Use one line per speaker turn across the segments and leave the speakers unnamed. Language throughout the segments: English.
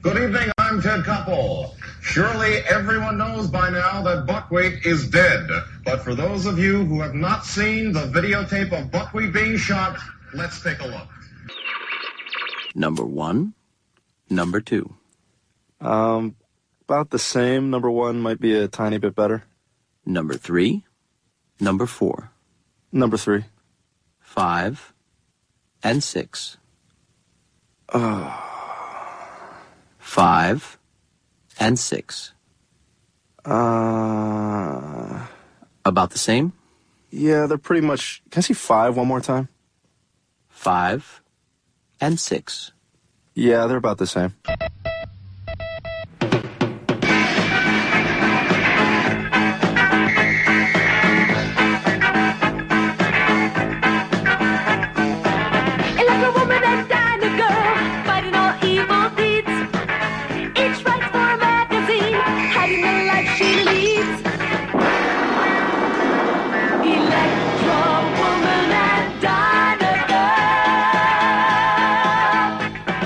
Good evening, I'm Ted Koppel. Surely everyone knows by now that Buckwheat is dead. But for those of you who have not seen the videotape of Buckwheat being shot, let's take a look.
Number one, number two.
Um, about the same. Number one might be a tiny bit better.
Number three, number four,
Number three.
five, and six. Five and six.
Uh,
About the same?
yeah, they're pretty much. Can I see five one more time?
Five and six.
Yeah, they're about the same.
A little woman and tiny girl fighting all evil deeds. Each writes for a magazine, hiding the life she leads. Electra woman and diner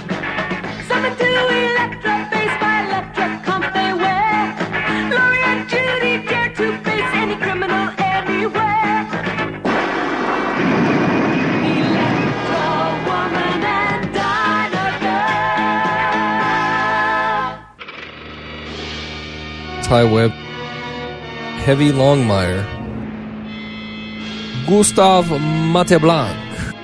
girl. Seven to Electra, faced by Electra, comp they wear. Laurie and Judy dare to face any criminal anywhere. Electro Woman and Dino Girl.
Ty Webb, Heavy Longmire, Gustav Mateblanc,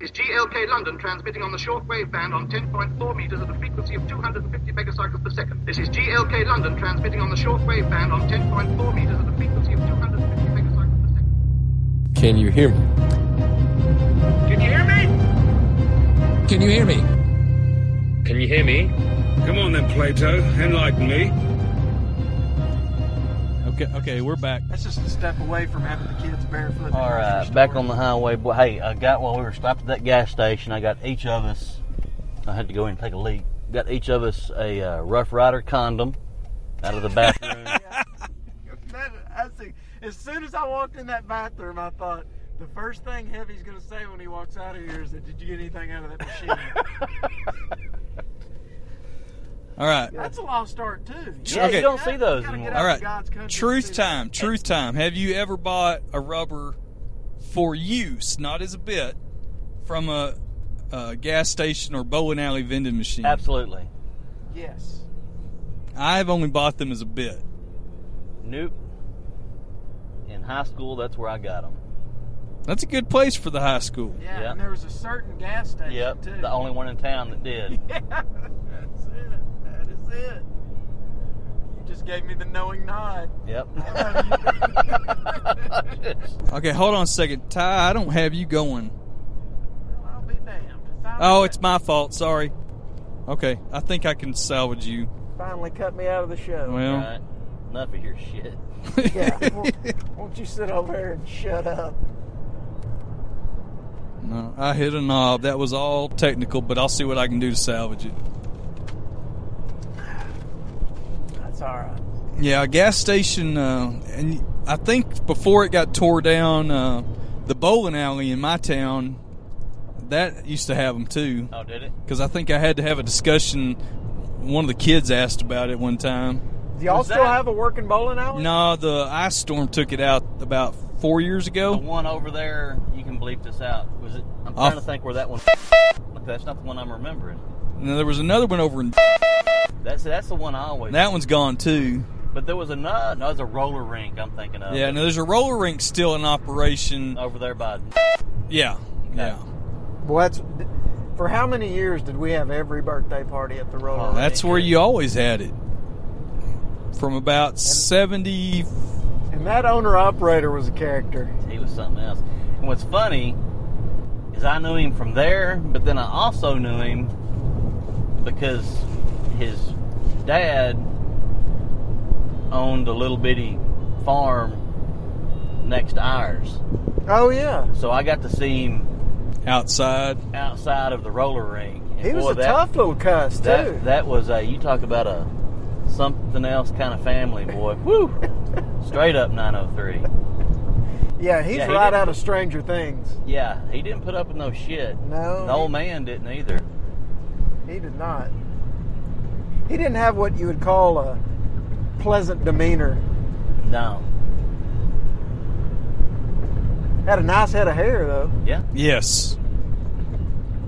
is GLK London transmitting on the shortwave band on 10.4 meters at a frequency of 250 megacycles per second. This is GLK London transmitting on the shortwave band on 10.4 meters at a frequency of 250 megacycles per second.
Can You Hear Me?
Can you hear me?
Can You Hear Me?
Can you hear me?
Come on then, Plato, enlighten me.
Okay, okay, we're back.
That's just a step away from having the kids barefoot.
All right, back on the highway. Boy, uh, hey, I got while we were stopped at that gas station. I got each of us. I had to go in and take a leak. Got each of us a uh, Rough Rider condom out of the bathroom.
That, I see. As soon as I walked in that bathroom, I thought the first thing Heavy's gonna say when he walks out of here is that, "Did you get anything out of that machine?"
All right.
That's a lost start too.
yeah,
Okay.
you don't see those
Gotta get
anymore.
out
All
to
right.
God's country to
Truth
see
time. Truth time. Have you ever bought a rubber for use, not as a bit, from a, a gas station or bowling alley vending machine?
Absolutely.
that. Yes.
I've only bought them as a bit.
Nope. In high school, that's where I got them.
That's a good place for the high school.
Yeah,
Yeah.
And there was a certain gas station
Yep.
too.
The only one in town that did.
That's it. That is it. You just gave me the knowing nod.
Yep.
Okay, hold on a second. Ty, I don't have you going.
Well, I'll be damned. Finally,
Oh, it's my fault. Sorry. Okay, I think I can salvage you.
finally cut me out of the show.
Well,
Right. Enough of your shit.
Yeah. won't, won't you sit over here and shut up?
no, I hit a knob. That was all technical, but I'll see what I can do to salvage it.
That's all right.
Yeah, a gas station, uh, and I think before it got tore down, uh, the bowling alley in my town, that used to have them too.
Oh, did it?
Because I think I had to have a discussion. One of the kids asked about it one time.
Do y'all
Was
still
that-
have a working bowling alley?
No, the ice storm took it out about four years
The
ago.
one over there, you can bleep this out. Was it? I'm
Off-
trying to think where that one. That's not the one I'm remembering.
Now, there was another one over in.
That's that's the one I always.
That one's gone too.
But there was another. No, it was a roller rink. I'm thinking of.
Yeah, no, there's a roller rink still in operation.
Over there by.
Yeah, yeah.
Well, that's for how many years did we have every birthday party at the roller?
Oh,
That's where you always had it. From about 70.
and that owner operator was a character.
He was something else. And what's funny is I knew him from there, but then I also knew him because his dad owned a little bitty farm next to ours.
Oh yeah,
So I got to see him
outside.
outside of the roller rink. And
he was
boy,
a
that-
tough little cuss too.
That that was a you talk about a something else kind of family boy. Woo! Straight up 903.
yeah, he's
yeah, he
right
did-
out of Stranger Things.
Yeah, he didn't put up with no shit.
No.
The old man didn't either.
He did not. he didn't have what you would call a pleasant demeanor.
No.
Had a nice head of hair though.
Yeah.
Yes.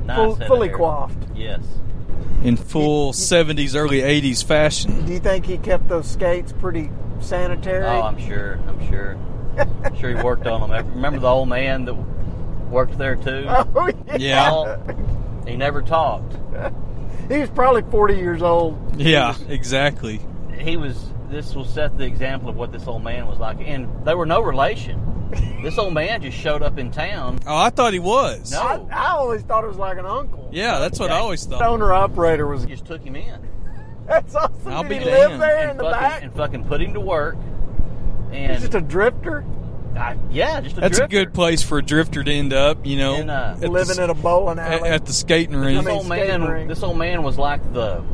Nice
Full-
head of
fully
hair.
coiffed.
Yes.
In full 70s, early 80s fashion.
Do you think he kept those skates pretty sanitary?
Oh, I'm sure. I'm sure. I'm sure he worked on them. I Remember the old man that worked there too?
Oh, yeah.
All- he never talked.
He was probably 40 years old.
Yeah, exactly.
He was. This will set the example of what this old man was like, and they were no relation. This old man just showed up in town.
Oh, I thought he was.
No.
I always thought it was like an uncle.
Yeah, that's what I always thought.
Owner operator was.
Just took him in.
That's awesome.
I'll
Did
be
he live
damned.
there
and
in the
fucking,
back?
and fucking put him to work.
He's
And
just a drifter
I- yeah, just a
That's
drifter.
a good place for a drifter to end up, you know.
And, uh,
at the
living
s-
in a bowling
at,
alley.
at the skating rink.
This
I mean,
old
skating
man,
rink.
this old man was like the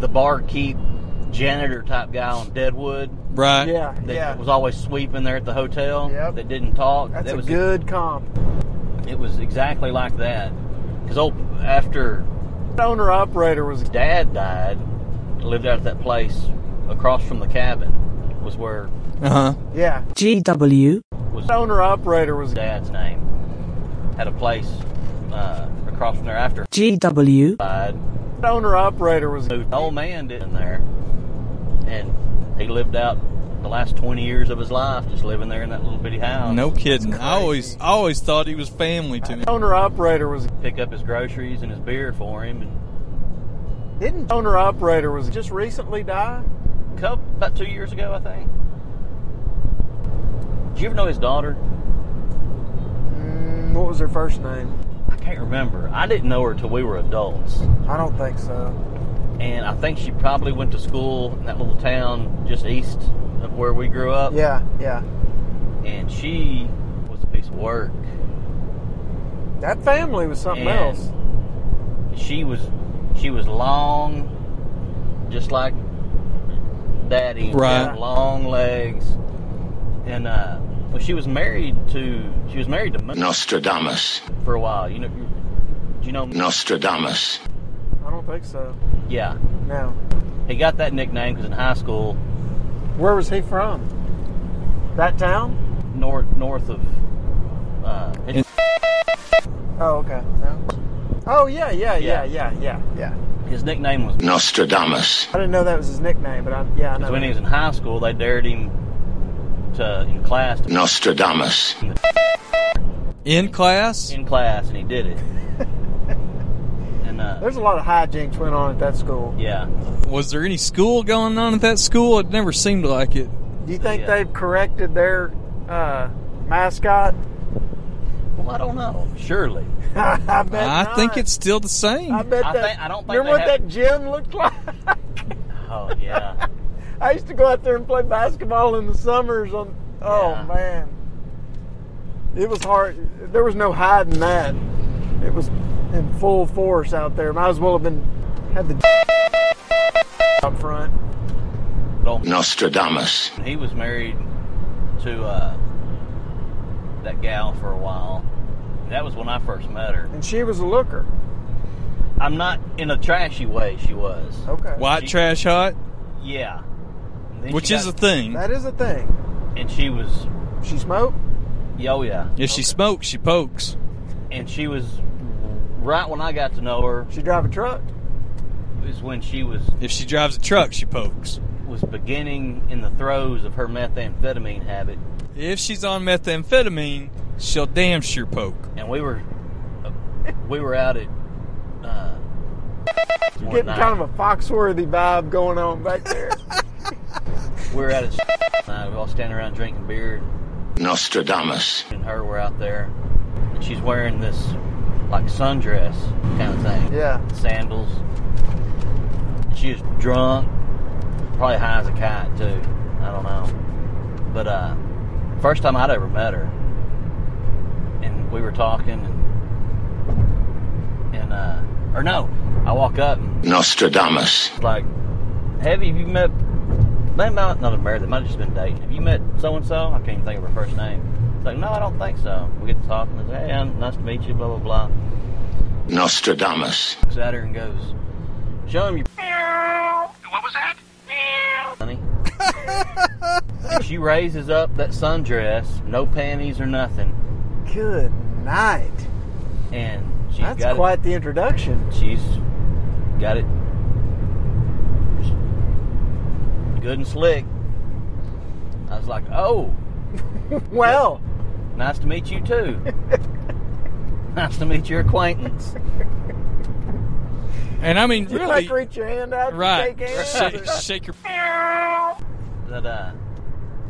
the barkeep, janitor type guy on Deadwood
Right.
yeah,
that
yeah.
was always sweeping there at the hotel.
Yep.
That didn't talk.
That's
that
a
was
good comp.
It was exactly like that. Because old after
Owner operator was.
Dad died, lived out at that place across from the cabin was where
Uh huh.
Yeah.
GW,
was
Owner operator was.
Dad's name. Had a place uh, across from there after
GW,
died.
Owner operator was.
moved an old man did in there, and he lived out the last twenty years of his life just living there in that little bitty house.
No kidding. I always, I always thought he was family to me.
Owner operator was.
Pick up his groceries and his beer for him, and
Didn't owner operator was just recently die?
a couple, about two years ago, I think. Did you ever know his daughter?
Mm, what was her first name?
I can't remember. I didn't know her till we were adults,
I don't think so.
and I think she probably went to school in that little town just east of where we grew up.
Yeah, yeah.
and she was a piece of work.
That family was something
And
else.
she was she was long, just like Daddy.
Right.
Had Long legs, and uh, well, she was married to she was married to Moon
Nostradamus.
for a while. You know, you, do you know?
Nostradamus.
I don't think so.
Yeah,
No.
he got that nickname because in high school,
Where was he from? That town?
north north of. Uh, his-
Oh, okay. No. Oh, yeah, yeah, yeah, yeah, yeah, yeah.
his nickname was
Nostradamus.
I didn't know that was his nickname, but I, yeah, I know.
because when he was in high school, they dared him to in class to
Nostradamus.
In class.
in class, and he did it. and uh,
There's a lot of hijinks went on at that school.
Yeah.
Was there any school going on at that school? It never seemed like it.
Do you think
Yeah.
they've corrected their uh, mascot?
Well, I don't know. Surely.
I bet
I
not.
think it's still the
I
same.
bet
I
that.
think- I don't think
remember what
they have-
that gym looked like?
Oh yeah.
I used to go out there and play basketball in the summers. On oh
Yeah.
man, it was hard. There was no hiding that. It was in full force out there. Might as well have been had the up front.
But old man,
Nostradamus.
he was married to uh, that gal for a while. That was when I first met her.
And she was a looker.
I'm not in a trashy way. She was.
Okay,
White trash hot,
Yeah. And then
which
she
is a
got-
thing.
that is a thing.
and she was.
She smoked.
yeah, Oh yeah.
If she smokes, she pokes.
And she was. Right when I got to know her
She drive a truck.
is when she was
If she drives a truck, she pokes.
was beginning in the throes of her methamphetamine habit,
If she's on methamphetamine, she'll damn sure poke.
and we were uh, we were out at uh, one
Getting
night.
kind of a Foxworthy vibe going on back there.
we were out at night. We all standing around drinking beer,
Nostradamus.
and her were out there. And she's wearing this like sundress kind of thing.
Yeah.
Sandals. And she was drunk, probably high as a kite too. I don't know. But uh, first time I'd ever met her, and we were talking, and and uh, or no, I walk up and
Nostradamus.
like, have you you met? They might not have married. They might have just been dating. Have you met so and so? I can't even think of her first name. It's like, no, I don't think so. We get to talking. It's like, hey, I'm- nice to meet you. Blah blah blah.
Nostradamus.
Looks at her and goes, Show him you
What was that?
honey. she raises up that sundress, no panties or nothing.
Good night.
And she's
That's
got
quite the introduction.
it. She's got it good and slick. I was like, oh,
well,
nice to meet you too. nice to meet your acquaintance.
And I mean,
You
really,
like reach your hand out, and
right?
Shake hands,
Shake,
or-
shake your.
But uh,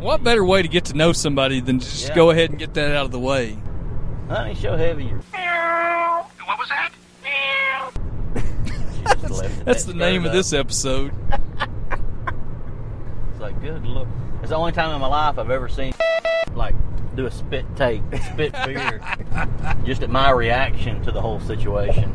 What better way to get to know somebody than just
Yeah.
go ahead and get that out of the way?
honey, show heavy your.
What was that?
That's the name of this episode.
It's like, good look. It's the only time in my life I've ever seen like do a spit take, spit beer, just at my reaction to the whole situation.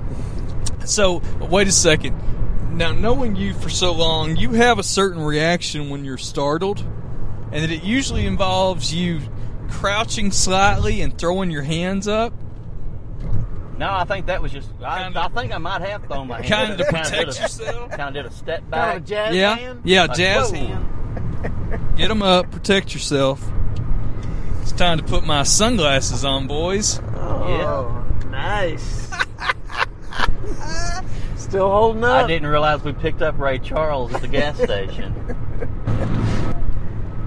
So wait a second. Now, knowing you for so long, you have a certain reaction when you're startled, and that it usually involves you crouching slightly and throwing your hands up,
No, I think that was just. I, I think I might have thrown my hand.
kind of to
Kinda did
protect
a-
yourself.
Kind of did a step back.
kind of a jazz
yeah,
hand.
yeah,
Like,
jazz
whoa.
hand. Get them up, protect yourself. It's time to put my sunglasses on, boys.
Oh, nice. Still holding
I
up.
didn't realize we picked up Ray Charles at the gas station.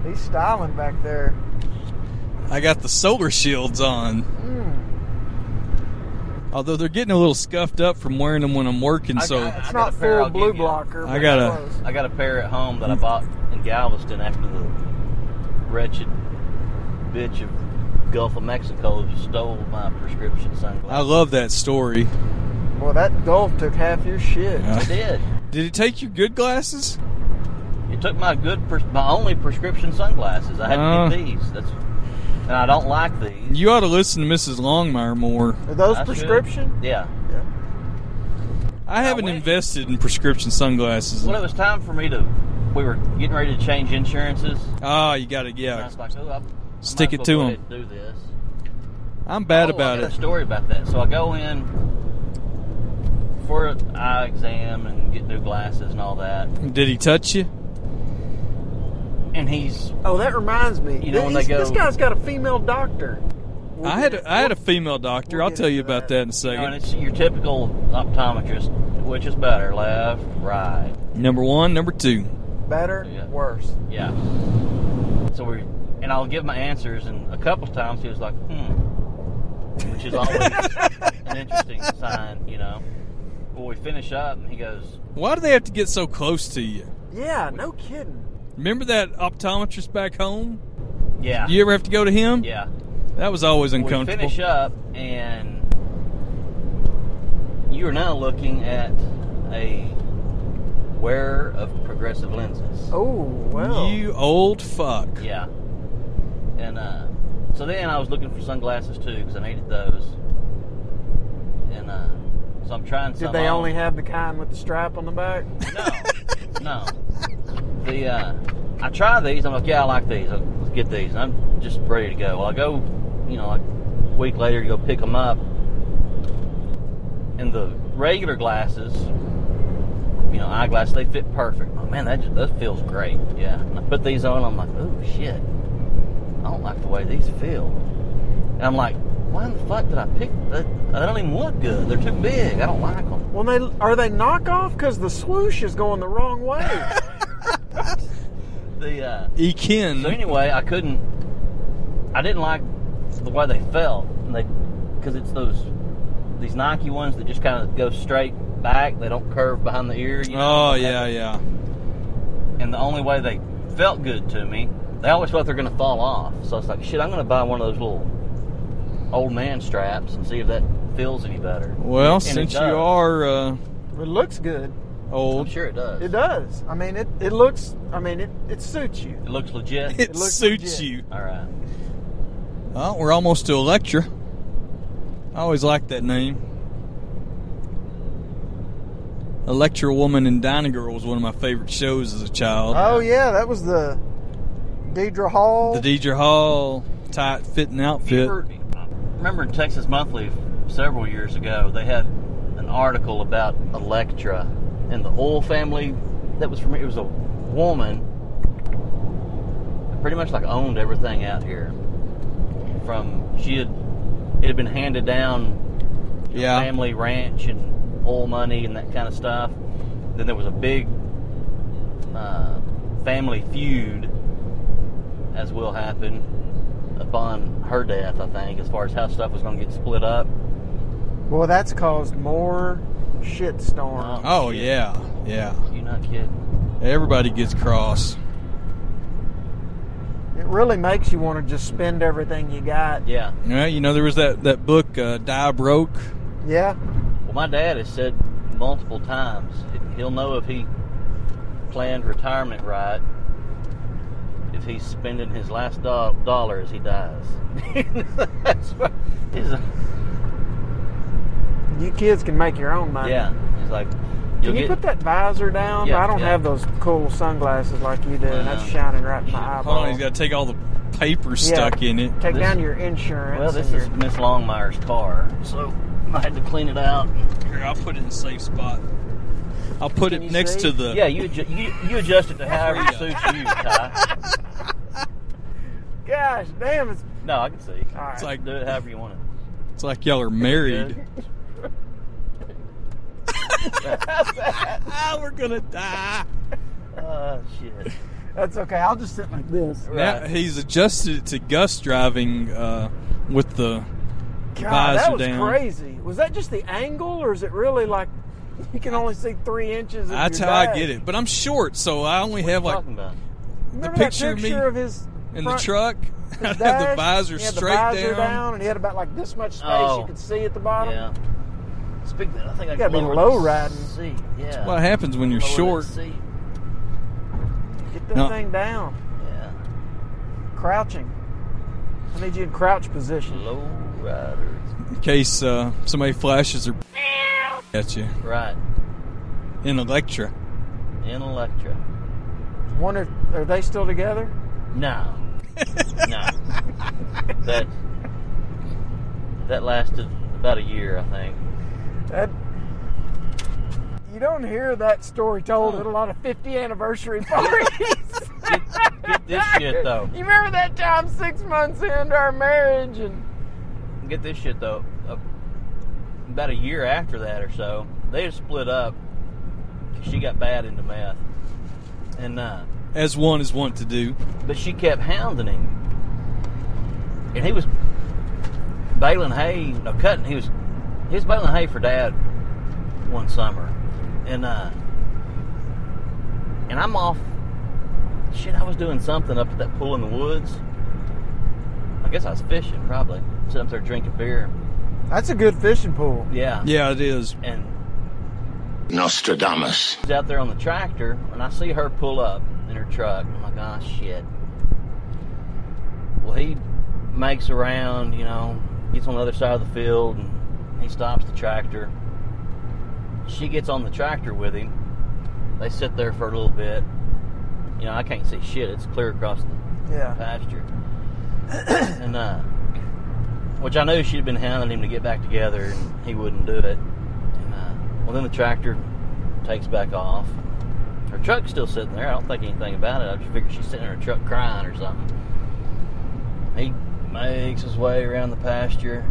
He's styling back there.
I got the solar shields on. Although they're getting a little scuffed up from wearing them when I'm working,
Hmm. I-
so
I-
It's
I got
not
a pair
full
I'll
blue
give you.
blocker.
I
but
got a-
close.
I got a pair at home that I bought in Galveston after the wretched bitch of Gulf of Mexico stole my prescription
I
sunglasses.
love that story.
Well, that golf took half your shit.
I did.
Did it take your good glasses?
It took my good, pres- my only prescription sunglasses. I had
Uh.
to get these. That's, and I don't like these.
You ought to listen to Mrs. Longmire more.
Are those
I should-
prescription?
Yeah.
I haven't
went-
invested in prescription sunglasses.
Well, it was time for me to. We were getting ready to change insurances.
Ah, you gotta,
And I
yeah.
was like, oh, I, I
Stick it
might as
to
well go
'em.
ahead and Do this.
I'm bad
Oh,
about
I got
it.
A story about that. So I go in for an eye exam and get new glasses and all that.
Did he touch you?
And he's
Oh, that reminds me.
You know when
He's-
they go-
this guy's got a female doctor. We'll
I
get-
had a, I had a female doctor.
We'll
I'll
get
tell you
into
about
that.
that in a
you know, and
second.
it's your typical optometrist, which is better, left, right.
Number one, number two.
better,
Yeah.
worse.
Yeah. So we and I'll give my answers, and a couple of times he was like, hmm, which is always an interesting sign, you know. Well, we finish up, and he goes,
Why do they have to get so close to you?
Yeah, no kidding.
Remember that optometrist back home?
"Yeah,
You ever have to go to him?
yeah."
That was always
We
uncomfortable.
finish up, and you are now looking at a wearer of progressive lenses.
Oh well.
You old fuck.
Yeah. And uh, so then I was looking for sunglasses too because I needed those. And uh, so I'm trying.
Did
some
they
on.
only have the kind with the strap on the back?
No, no. The uh, I try these. I'm like, yeah, I like these. I'll- Let's get these. And I'm just ready to go. Well, I go, you know, like a week later to go pick them up. And the regular glasses, you know, eyeglasses, they fit perfect. Oh man, that just, that feels great. Yeah. And I put these on. I'm like, oh shit, I don't like the way these feel. And I'm like, why in the fuck did I pick? That? They don't even look good. They're too big. I don't like them.
Well, they are they knockoff because the swoosh is going the wrong way.
The uh, So
Ekin.
anyway, I couldn't. I didn't like the way they felt, and they because it's those these Nike ones that just kind of go straight back. They don't curve behind the ear. You know?
Oh yeah, yeah.
And the only way they felt good to me, they always felt they're going to fall off. So I was like, shit, I'm going to buy one of those little old man straps and see if that feels any better.
Well,
And it
since you
does.
are uh,
it looks good.
I'm
old,
sure it does.
It does. I mean, it, it looks. I mean, it, it suits you.
It looks legit.
it,
looks
suits
legit.
you.
All right.
Oh, we're almost to a lecture. I always liked that name. Electra Woman and Dinah Girl was one of my favorite shows as a child.
Oh yeah, that was the Deidre Hall.
The Deidre Hall tight fitting outfit.
Remember, remember in Texas Monthly several years ago, they had an article about Electra and the oil family that was from it was a woman that pretty much like owned everything out here. From she had it had been handed down you know,
Yeah.
family ranch and oil money and that kind of stuff. Then there was a big uh, family feud as will happen upon her death, I think, as far as how stuff was going to get split up.
Well, that's caused more shit storms.
Oh yeah, yeah.
You not kidding?
Everybody gets cross.
It really makes you want to just spend everything you got.
Yeah.
Yeah, you know there was that that book uh, Die Broke.
Yeah.
Well, my dad has said multiple times it- he'll know if he planned retirement right if he's spending his last do- dollar as he dies. That's what he's a-
You kids can make your own money.
yeah, he's like,
Can
you'll
you
get.
put that visor down?
Yeah,
I don't
yeah.
have those cool sunglasses like you do. and That's
Well,
shining right in my
Hold on,
eyeball.
he's got to take all the papers
Yeah.
stuck in it.
Take
This-
down your insurance.
well, this
and
is Miss Longmire's car, so I had to clean it out.
Here, I'll put it in a safe spot. I'll put it next to the.
Yeah, you adju- you, you adjust it to however it suits you, Ty.
your- Gosh, damn, it's
No, I can see.
It's
like do it however you want it.
It's like y'all are married. Ah, We're gonna die.
Oh shit.
That's okay. I'll just sit like this.
Now he's adjusted it to Gus driving uh, with the
God, that
visor
was
down.
crazy. Was that just the angle, or is it really like you can only see three inches? Of
That's
your
how I
dad?
get it. But I'm short, so I only have like the
Remember
picture,
that
of me
picture of his
in
front-
the truck. I
his
have the
dash?
visor
he had
straight
the visor
down.
down. and he had about like this much space
Oh.
you could see at the bottom.
Yeah. Speaking of, I think I
You gotta be
lowered
low
the
riding.
Seat. Yeah. That's
What happens when you're
Oh,
short?
Get that
No.
thing down.
Yeah.
Crouching. I need you in crouch position.
Low riders.
In case uh, somebody flashes their at you
Right.
in Electra.
In Electra.
Wonder if, are they still together?
No. no. That that lasted about a year, I think.
That you don't hear that story told at a lot of 50 anniversary parties.
Get this shit though.
You remember that time six months into our marriage and
Get this shit though. a- About a year after that or so, they had split up. 'cause She got bad into meth, and uh,
As one is wont to do.
but she kept hounding him, and he was baling hay, no cutting. He was he was baling hay for dad one summer, and uh, and I'm off. Shit, I was doing something up at that pool in the woods. I guess I was fishing, probably. Sitting up there drinking beer.
That's a good fishing pool.
Yeah.
Yeah, it is.
And
Nostradamus.
She's out there on the tractor, and I see her pull up in her truck. I'm like, ah, shit. Well, he makes around, you know, gets on the other side of the field, and he stops the tractor. She gets on the tractor with him. They sit there for a little bit. You know, I can't see shit. It's clear across the
Yeah.
pasture. and, uh, which I knew she'd been hounding him to get back together, and he wouldn't do it. And, uh, well, then the tractor takes back off. Her truck's still sitting there. I don't think anything about it. I just figured she's sitting in her truck crying or something. He makes his way around the pasture,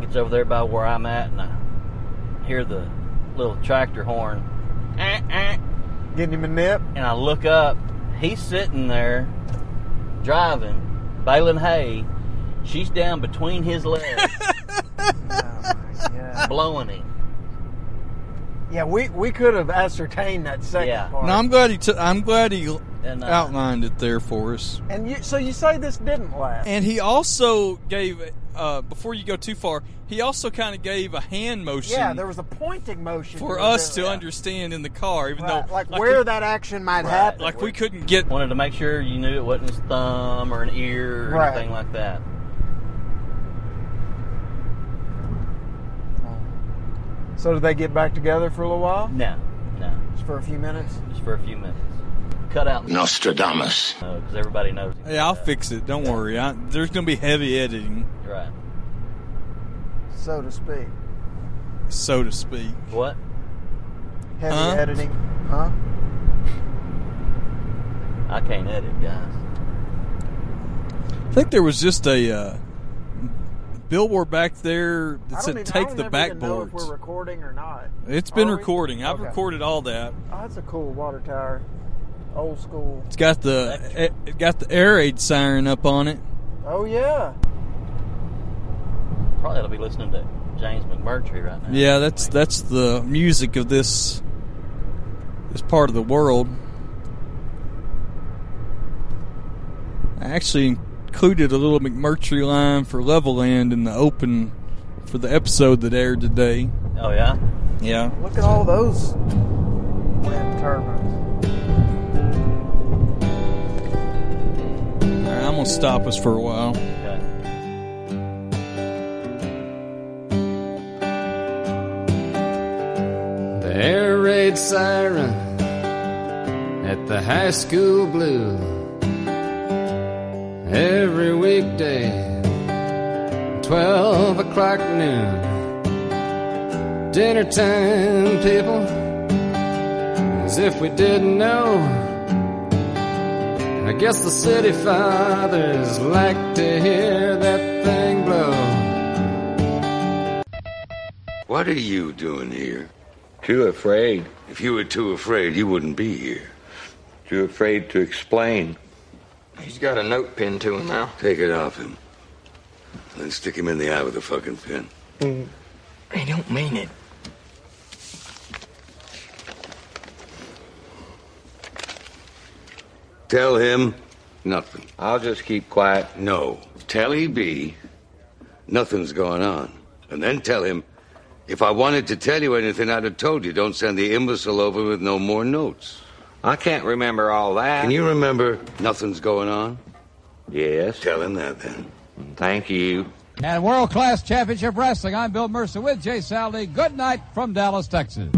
gets over there by where I'm at, and I hear the little tractor horn. Eh, eh.
Getting him a nip.
And I look up. He's sitting there driving, baling hay. She's down between his legs,
Oh, Yeah.
blowing him.
Yeah, we, we could have ascertained that second
Yeah.
part.
No, I'm glad he. T- I'm glad he
And, uh,
outlined it there for us.
and you, so you say this didn't last.
And he also gave, uh, before you go too far, he also kind of gave a hand motion
yeah, there was a pointing motion
for
that was
us to
there.
understand in the car, even
Right,
though
like,
like
where
we-
that action might
Right.
happen.
like we couldn't get.
Wanted to make sure you knew it wasn't his thumb or an ear or
Right.
anything like that.
So did they get back together for a little while?
No, no,
Just for a few minutes?
just for a few minutes. Cut out
Nostradamus.
because everybody knows. it.
Hey, I'll fix it. Don't worry. I, there's going to be heavy editing,
Right.
So to speak.
so to speak.
What?
heavy
Huh?
editing, huh?
I can't edit, guys.
I think there was just a uh, billboard back there that said "Take the
Know if we're
backboards."
recording or not.
It's been
Are we?
recording. I've
Okay.
recorded all that.
Oh, that's a cool water tower, old school.
It's got the it got the air raid siren up on it.
Oh yeah,
Probably ought to be listening to James McMurtry right now.
Yeah, that's that's the music of this this part of the world. I actually included a little McMurtry line for Leveland in the open for the episode that aired today.
Oh yeah.
Yeah.
look at all those wind turbines.
All right, I'm gonna stop us for a while.
The air raid siren at the high school blue. Every weekday, 12 o'clock noon. Dinner time, people, as if we didn't know. I guess the city fathers like to hear that thing blow.
What are you doing here? Too afraid. If you were too afraid, you wouldn't be here. Too afraid to explain. He's got a note pinned to him now. Take it off him. Then stick him in the eye with a fucking pin.
I don't mean it.
Tell him nothing. I'll just keep quiet. No. Tell EB nothing's going on. And then tell him if I wanted to tell you anything, I'd have told you. Don't send the imbecile over with no more notes. I can't remember all that. Can you remember nothing's going on? Yes. Tell him that then. Thank you.
And World Class Championship Wrestling, I'm Bill Mercer with Jay Sally. Good night from Dallas, Texas.